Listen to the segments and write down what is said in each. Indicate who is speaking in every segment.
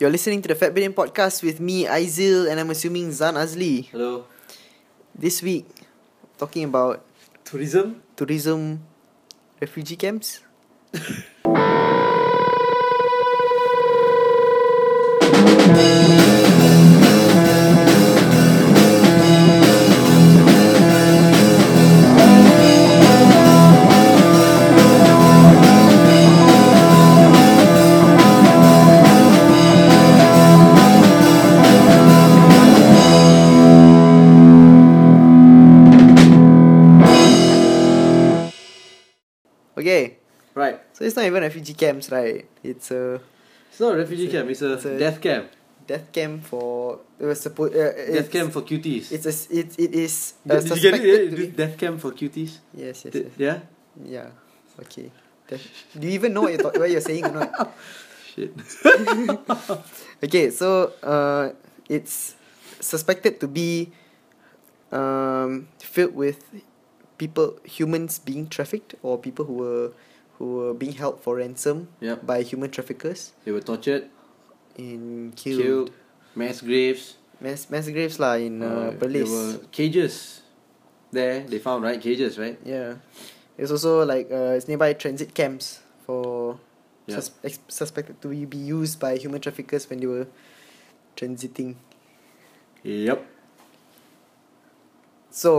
Speaker 1: You're listening to the Fat Billion Podcast with me, Aizil, and I'm assuming Zan Azli.
Speaker 2: Hello.
Speaker 1: This week, talking about
Speaker 2: Tourism?
Speaker 1: tourism refugee camps. Okay,
Speaker 2: Right.
Speaker 1: so it's not even refugee camps, right? It's a
Speaker 2: It's not a refugee camp, it's a,
Speaker 1: it's a-
Speaker 2: death camp.
Speaker 1: death camp for it was supposed. Uh,
Speaker 2: Death
Speaker 1: it's-
Speaker 2: camp for cuties.
Speaker 1: It's a s- it it is uh,
Speaker 2: Did- Did you get
Speaker 1: suspected
Speaker 2: it?
Speaker 1: to
Speaker 2: Yeah?
Speaker 1: be.
Speaker 2: Death camp for cuties?
Speaker 1: Yes, yes,
Speaker 2: Did-
Speaker 1: yes.
Speaker 2: Yeah?
Speaker 1: Yeah. Okay. Death- Do you even know what you're, talk- what you're saying or not?
Speaker 2: Shit.
Speaker 1: Okay, so uh, it's suspected to be um, filled with people, humans being trafficked, or people who were who were being held for ransom
Speaker 2: Yep.
Speaker 1: by human traffickers
Speaker 2: They were tortured,
Speaker 1: in killed,
Speaker 2: killed, mass graves.
Speaker 1: mass mass graves lah in uh,
Speaker 2: there
Speaker 1: Perlis.
Speaker 2: were cages there. They found, right? Cages, right?
Speaker 1: Yeah, it's also like uh, it's nearby transit camps for
Speaker 2: Yeah.
Speaker 1: sus- ex- suspected to be used by human traffickers when they were transiting.
Speaker 2: Yep.
Speaker 1: So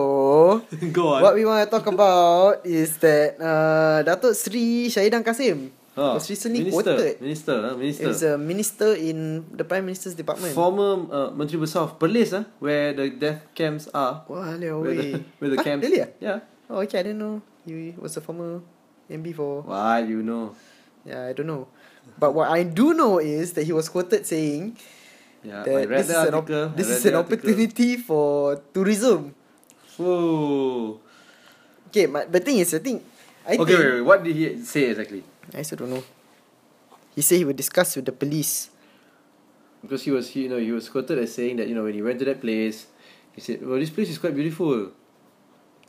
Speaker 2: Go on.
Speaker 1: What we want to talk about is that uh, Datuk Sri Syahidan Kasim
Speaker 2: Ah,
Speaker 1: was recently
Speaker 2: minister,
Speaker 1: quoted.
Speaker 2: Minister, huh? minister.
Speaker 1: He's a minister in the Prime Minister's Department.
Speaker 2: Former uh, Menteri Besar of Perlis, huh? where the death camps are.
Speaker 1: Wah, leh, weh.
Speaker 2: Where the, where the
Speaker 1: Ah,
Speaker 2: camps.
Speaker 1: really ah?
Speaker 2: Yeah.
Speaker 1: Oh, okay, I didn't know. He was a former MB for...
Speaker 2: Why, you know.
Speaker 1: Yeah, I don't know. But what I do know is that he was quoted saying
Speaker 2: Yeah, I
Speaker 1: that
Speaker 2: read
Speaker 1: this is
Speaker 2: the
Speaker 1: an, op-
Speaker 2: article. I
Speaker 1: this
Speaker 2: read
Speaker 1: is
Speaker 2: the
Speaker 1: an
Speaker 2: article.
Speaker 1: opportunity for tourism.
Speaker 2: Whoa.
Speaker 1: Okay, but the thing is, I think... I
Speaker 2: okay,
Speaker 1: think,
Speaker 2: wait, wait, what did he say exactly?
Speaker 1: I still don't know. He said he would discuss with the police.
Speaker 2: Because he was, he- you know, he was quoted as saying that you know when he went to that place, he said, "Well, this place is quite beautiful."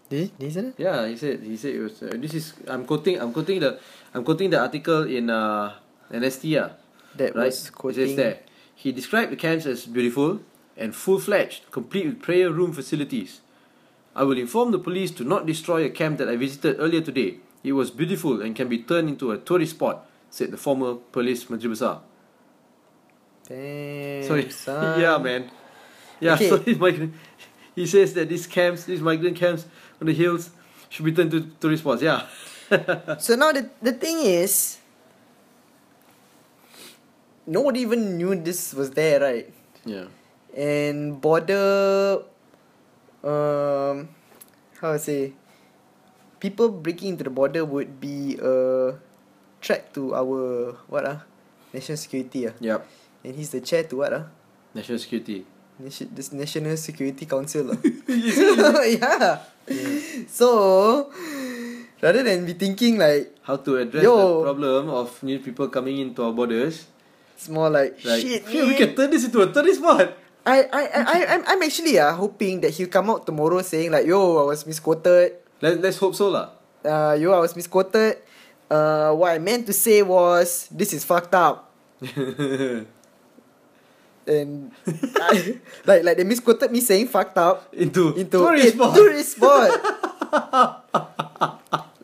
Speaker 1: Did he, did he say that?
Speaker 2: Yeah, he said, he said it was. Uh, this is, I'm quoting, I'm quoting the, I'm quoting the article in uh, NST. ah,
Speaker 1: That
Speaker 2: right?
Speaker 1: was quoting...
Speaker 2: It says there. He described the camps as beautiful and full-fledged, complete with prayer room facilities. I will inform the police to not destroy a camp that I visited earlier today. It was beautiful and can be turned into a tourist spot," said the former police Menteri Besar.
Speaker 1: Damn.
Speaker 2: So
Speaker 1: son.
Speaker 2: yeah, man. Yeah,
Speaker 1: Okay.
Speaker 2: so he's migrant. He says that these camps, these migrant camps on the hills, should be turned to tourist spots. Yeah,
Speaker 1: So now the the thing is, no one even knew this was there, right?
Speaker 2: yeah.
Speaker 1: And border, um, how I say, people breaking into the border would be a threat to our what ah, national security ah.
Speaker 2: Yep.
Speaker 1: And he's the chair to what ah.
Speaker 2: National security.
Speaker 1: Nation, this National Security Council. lah. yeah. So, rather than be thinking like,
Speaker 2: How to address
Speaker 1: Yo.
Speaker 2: the problem of new people coming into our borders?
Speaker 1: it's more like,
Speaker 2: Like,
Speaker 1: shit,
Speaker 2: "Hey,
Speaker 1: man."
Speaker 2: we can turn this into a tourist spot.
Speaker 1: I, I, I, I, I'm, I'm actually uh, hoping that he'll come out tomorrow saying like, yo, I was misquoted.
Speaker 2: Let, let's hope so, lah.
Speaker 1: Uh, yo, I was misquoted. Uh, what I meant to say was, this is fucked up. And I, like, like they misquoted me saying fucked up.
Speaker 2: into,
Speaker 1: into a
Speaker 2: tourist spot.
Speaker 1: tourist spot.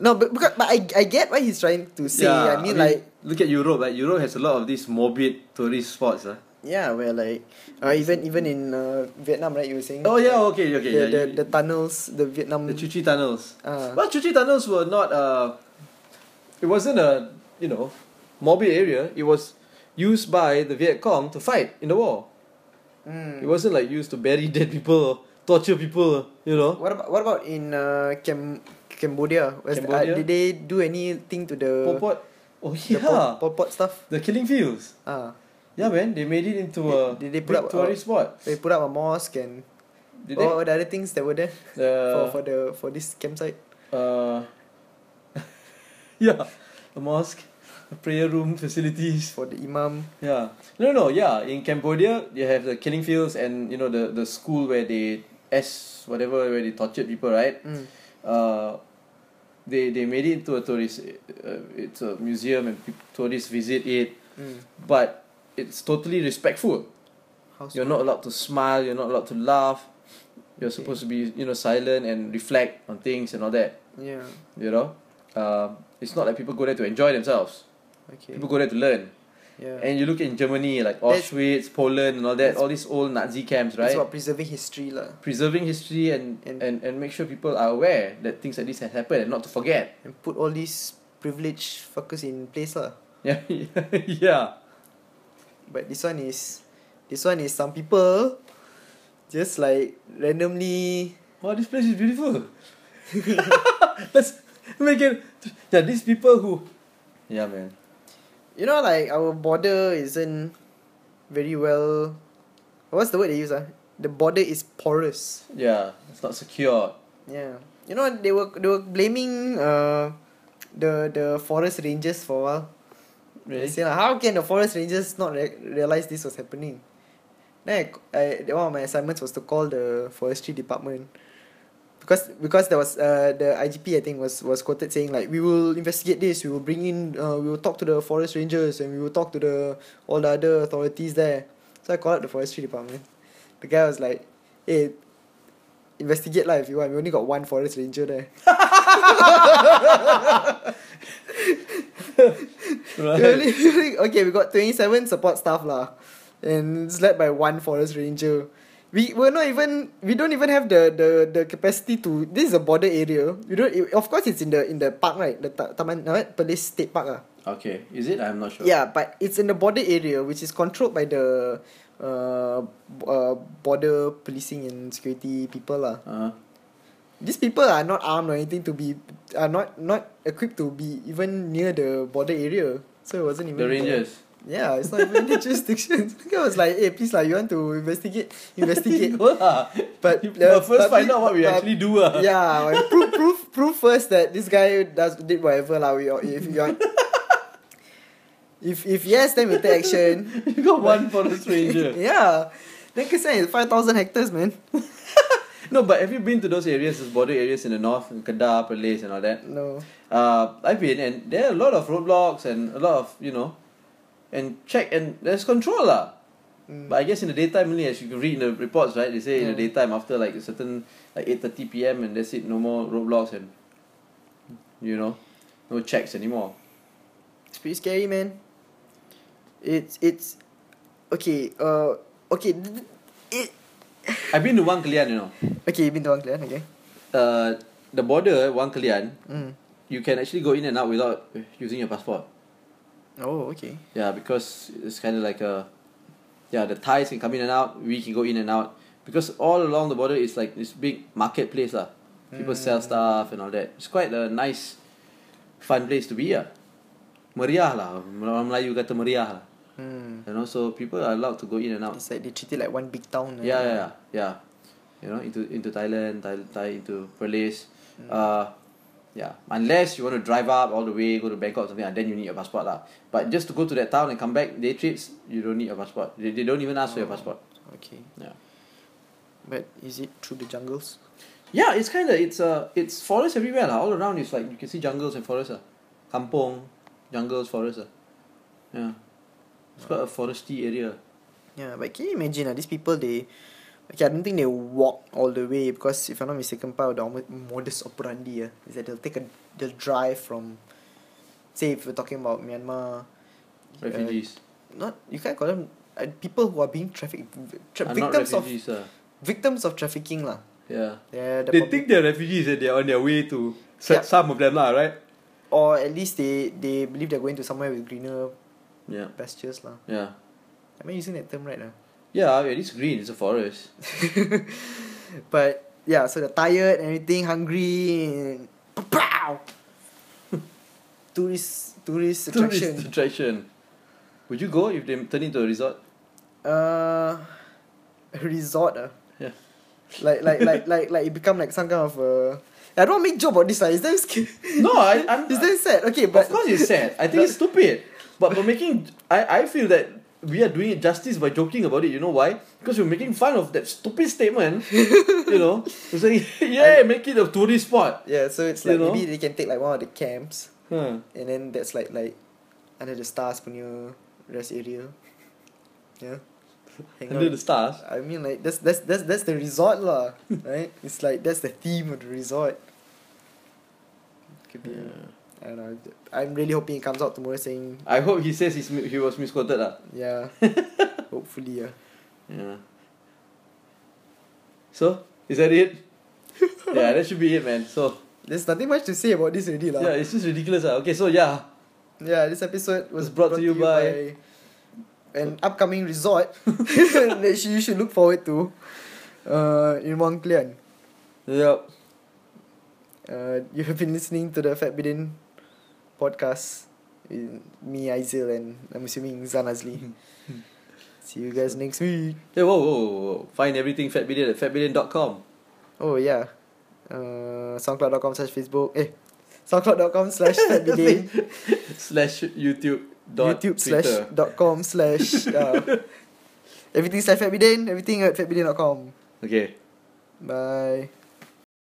Speaker 1: no, but because, but I I get what he's trying to say. I, mean, like
Speaker 2: look at Europe. Like Europe has a lot of these morbid tourist spots. Huh?
Speaker 1: yeah, where like uh, even even in uh, Vietnam, right? You were saying.
Speaker 2: Oh yeah, okay,
Speaker 1: The,
Speaker 2: okay. yeah,
Speaker 1: the,
Speaker 2: you-
Speaker 1: the tunnels, the Vietnam.
Speaker 2: The Chu Chi tunnels.
Speaker 1: Ah.
Speaker 2: Well, Chu Chi tunnels were not. Uh, it wasn't a you know, morbid area. It was used by the Viet Cong to fight in the war.
Speaker 1: Mm.
Speaker 2: It wasn't like used to bury dead people or torture people. You know.
Speaker 1: What about what about in uh, Cam- Cambodia? Was,
Speaker 2: Cambodia?
Speaker 1: Uh, did they do anything to the
Speaker 2: Pol Pot. Oh
Speaker 1: the
Speaker 2: yeah.
Speaker 1: Pol, Pol Pot stuff?
Speaker 2: the killing fields.
Speaker 1: Ah,
Speaker 2: Yeah, man. They made it into
Speaker 1: Did-
Speaker 2: a
Speaker 1: did they
Speaker 2: big
Speaker 1: put up a-
Speaker 2: tourist spot.
Speaker 1: they put up a mosque and
Speaker 2: Did
Speaker 1: what were the other things that were there
Speaker 2: they? Uh,
Speaker 1: for for the for this campsite?
Speaker 2: uh, yeah, a mosque, a prayer room, facilities.
Speaker 1: For the imam.
Speaker 2: Yeah. No, no, yeah. In Cambodia, you have the killing fields and, you know, the, the school where they S, whatever, where they tortured people, right?
Speaker 1: Mm.
Speaker 2: Uh, they, they made it into a tourist, uh, it's a museum and peop tourists visit it.
Speaker 1: Mm.
Speaker 2: But it's totally respectful.
Speaker 1: How
Speaker 2: You're not allowed to smile. You're not allowed to laugh. You're
Speaker 1: Okay.
Speaker 2: supposed to be you know silent and reflect on things and all that.
Speaker 1: Yeah.
Speaker 2: You know, um, it's not like people go there to enjoy themselves.
Speaker 1: Okay.
Speaker 2: People go there to learn.
Speaker 1: Yeah.
Speaker 2: And you look in Germany, like
Speaker 1: That's-
Speaker 2: Auschwitz, Poland, and all that,
Speaker 1: that's-
Speaker 2: all these old Nazi camps,
Speaker 1: It's
Speaker 2: right?
Speaker 1: about preserving history, lah.
Speaker 2: Preserving history and,
Speaker 1: And-
Speaker 2: and, and, make sure people are aware that things like this have happened and not to forget.
Speaker 1: And put all these privileged fuckers in place, lah.
Speaker 2: Yeah, yeah.
Speaker 1: But this one is, this one is some people, just like randomly.
Speaker 2: Wow, this place is beautiful. Let's make it. Yeah, these people who. Yeah, man.
Speaker 1: You know, like our border isn't very well. What's the word they use? Ah, the border is porous.
Speaker 2: Yeah, it's not secure.
Speaker 1: Yeah. You know they were they were blaming uh the the forest rangers for a while. They
Speaker 2: Really?
Speaker 1: say, like, how can the forest rangers not re- realize this was happening? Then I, I then one of my assignments was to call the forestry department. Because because there was uh the IGP I think was was quoted saying like we will investigate this we will bring in uh, we will talk to the forest rangers and we will talk to the all the other authorities there. So I called up the forestry department. The guy was like, "Hey, investigate lah if you want. We only got one forest ranger there."
Speaker 2: Right.
Speaker 1: Really? Really? okay, we got 27 support staff lah. And it's led by one forest ranger. We we're not even we don't even have the the the capacity to this is a border area. We don't of course it's in the in the park right? The ta- Taman uh, what? Police State Park ah.
Speaker 2: Okay, is it? I'm not sure.
Speaker 1: Yeah, but it's in the border area which is controlled by the uh, b- uh border policing and security people lah.
Speaker 2: Uh-huh.
Speaker 1: These people are not armed or anything to be are not not equipped to be even near the border area. So it wasn't even
Speaker 2: The Rangers.
Speaker 1: yeah, it's not even the jurisdiction. I was like, hey, please, like, you want to investigate? Investigate.
Speaker 2: Go lah.
Speaker 1: But
Speaker 2: You-
Speaker 1: the
Speaker 2: well, first find
Speaker 1: public-
Speaker 2: out what we
Speaker 1: pub-
Speaker 2: actually do. ah.
Speaker 1: yeah, like, prove, prove, prove first that this guy does did whatever. Like, we, if you are, if, if yes, then we take action.
Speaker 2: You got one forest ranger.
Speaker 1: yeah. Then Kesan is 5,000 hectares, man.
Speaker 2: no, but have you been to those areas, those border areas in the north, in Kedah, Perlis, and all that?
Speaker 1: No.
Speaker 2: Uh, I've been, and there are a lot of roadblocks and a lot of you know, and check and there's control lah.
Speaker 1: Mm.
Speaker 2: But I guess in the daytime only, as you can read in the reports, right? They say in the
Speaker 1: Yeah.
Speaker 2: daytime after like a certain like eight thirty p.m. and that's it, no more roadblocks and you know, no checks anymore.
Speaker 1: It's pretty scary, man. It's, it's, okay, uh, okay, th- th- it,
Speaker 2: I've been to Wang Kelian, you know,
Speaker 1: okay, you've been to Angklan, okay?
Speaker 2: uh, the border Wang Kelian.
Speaker 1: Mm.
Speaker 2: You can actually go in and out without using your passport.
Speaker 1: Oh, okay.
Speaker 2: Yeah, because it's kind of like a, yeah, the Thais can come in and out. We can go in and out because all along the border is like this big marketplace lah. People sell stuff and all that. It's quite a nice, fun place to be yeah. Meriah lah. Orang Melayu kata meriah lah.
Speaker 1: Mm.
Speaker 2: You know, so people are allowed to go in and out.
Speaker 1: It's like they treat it like one big town.
Speaker 2: Yeah, yeah, yeah. yeah. You know, into into Thailand, Thai, Thai into Perlis. Uh, yeah. Unless you want to drive up all the way, go to Bangkok or something, ah, then you need your passport lah. But just to go to that town and come back, day trips, you don't need your passport. They, they don't even ask for your passport.
Speaker 1: Okay.
Speaker 2: Yeah.
Speaker 1: But is it through the jungles?
Speaker 2: Yeah, it's kind of it's uh it's forest everywhere lah. All around it's like you can see jungles and forests lah. Kampong, jungles, forests lah. Yeah. It's quite a foresty area.
Speaker 1: Yeah, but can you imagine uh, these people they okay, I don't think they walk all the way because if I'm not mistaken part of the homo- modus operandi uh, is that they'll take a they'll drive from say if we're talking about Myanmar uh,
Speaker 2: Refugees.
Speaker 1: not you can't call them uh, people who are being trafficked tra-
Speaker 2: Are Uh, not
Speaker 1: victims of
Speaker 2: refugees, ah.
Speaker 1: victims of trafficking lah.
Speaker 2: Yeah.
Speaker 1: They're the
Speaker 2: they
Speaker 1: public-
Speaker 2: think they're refugees and they're on their way to
Speaker 1: Yeah.
Speaker 2: some of them lah, right?
Speaker 1: or at least they they believe they're going to somewhere with greener
Speaker 2: Yeah,
Speaker 1: pastures lah.
Speaker 2: yeah,
Speaker 1: Am I using that term right ah? now?
Speaker 2: yeah. It is green. It's a forest.
Speaker 1: But yeah, so they're tired and everything, hungry. And pow! tourist, tourist attraction.
Speaker 2: Tourist attraction. Would you go if they turn into a resort?
Speaker 1: Uh, resort. Uh.
Speaker 2: Yeah.
Speaker 1: Like like like like like it become like some kind of uh. I don't want to make joke about this. ah. Like, is that scary?
Speaker 2: No, I. I'm,
Speaker 1: Is that sad? Okay, but
Speaker 2: of course, it's sad. I think it's stupid. But for making, I, I feel that we are doing it justice by joking about it. You know why? Because we're making fun of that stupid statement. you know, we're saying, yeah, make it a tourist spot.
Speaker 1: yeah. So it's like
Speaker 2: You know?
Speaker 1: maybe they can take like one of the camps,
Speaker 2: Huh.
Speaker 1: and then that's like like under the stars punya rest area. Yeah. Hang
Speaker 2: Under
Speaker 1: on.
Speaker 2: the stars.
Speaker 1: I mean, like that's that's that's that's the resort, lah. right? It's like that's the theme of the resort. Could be. I don't know. I'm really hoping it comes out tomorrow, saying
Speaker 2: I hope he says he's, mi- he was misquoted lah.
Speaker 1: yeah. Hopefully, yeah.
Speaker 2: Yeah. So is that it? yeah, that should be it, man. So
Speaker 1: There's nothing much to say about this already, lah.
Speaker 2: yeah, it's just ridiculous. ah. Okay, so yeah,
Speaker 1: Yeah, this episode was
Speaker 2: Was brought to you by-
Speaker 1: an upcoming resort that you should look forward to uh, in Mont Clean.
Speaker 2: yep.
Speaker 1: Uh, you have been listening to the Fat Bidin podcast with me, Aizil, and I'm assuming Zan Azli. See you guys next week.
Speaker 2: Hey, whoa, whoa, whoa, whoa. Find everything Fat Billion at fatbillion.com.
Speaker 1: Oh, yeah. Uh, Soundcloud.com slash Facebook. Eh, Soundcloud.com slash Fat Bidin.
Speaker 2: slash YouTube. Dot
Speaker 1: YouTube slash
Speaker 2: Twitter.
Speaker 1: dot com slash uh, everything slash Fat Bidin. Everything at fatbidin.com.
Speaker 2: Okay.
Speaker 1: Bye.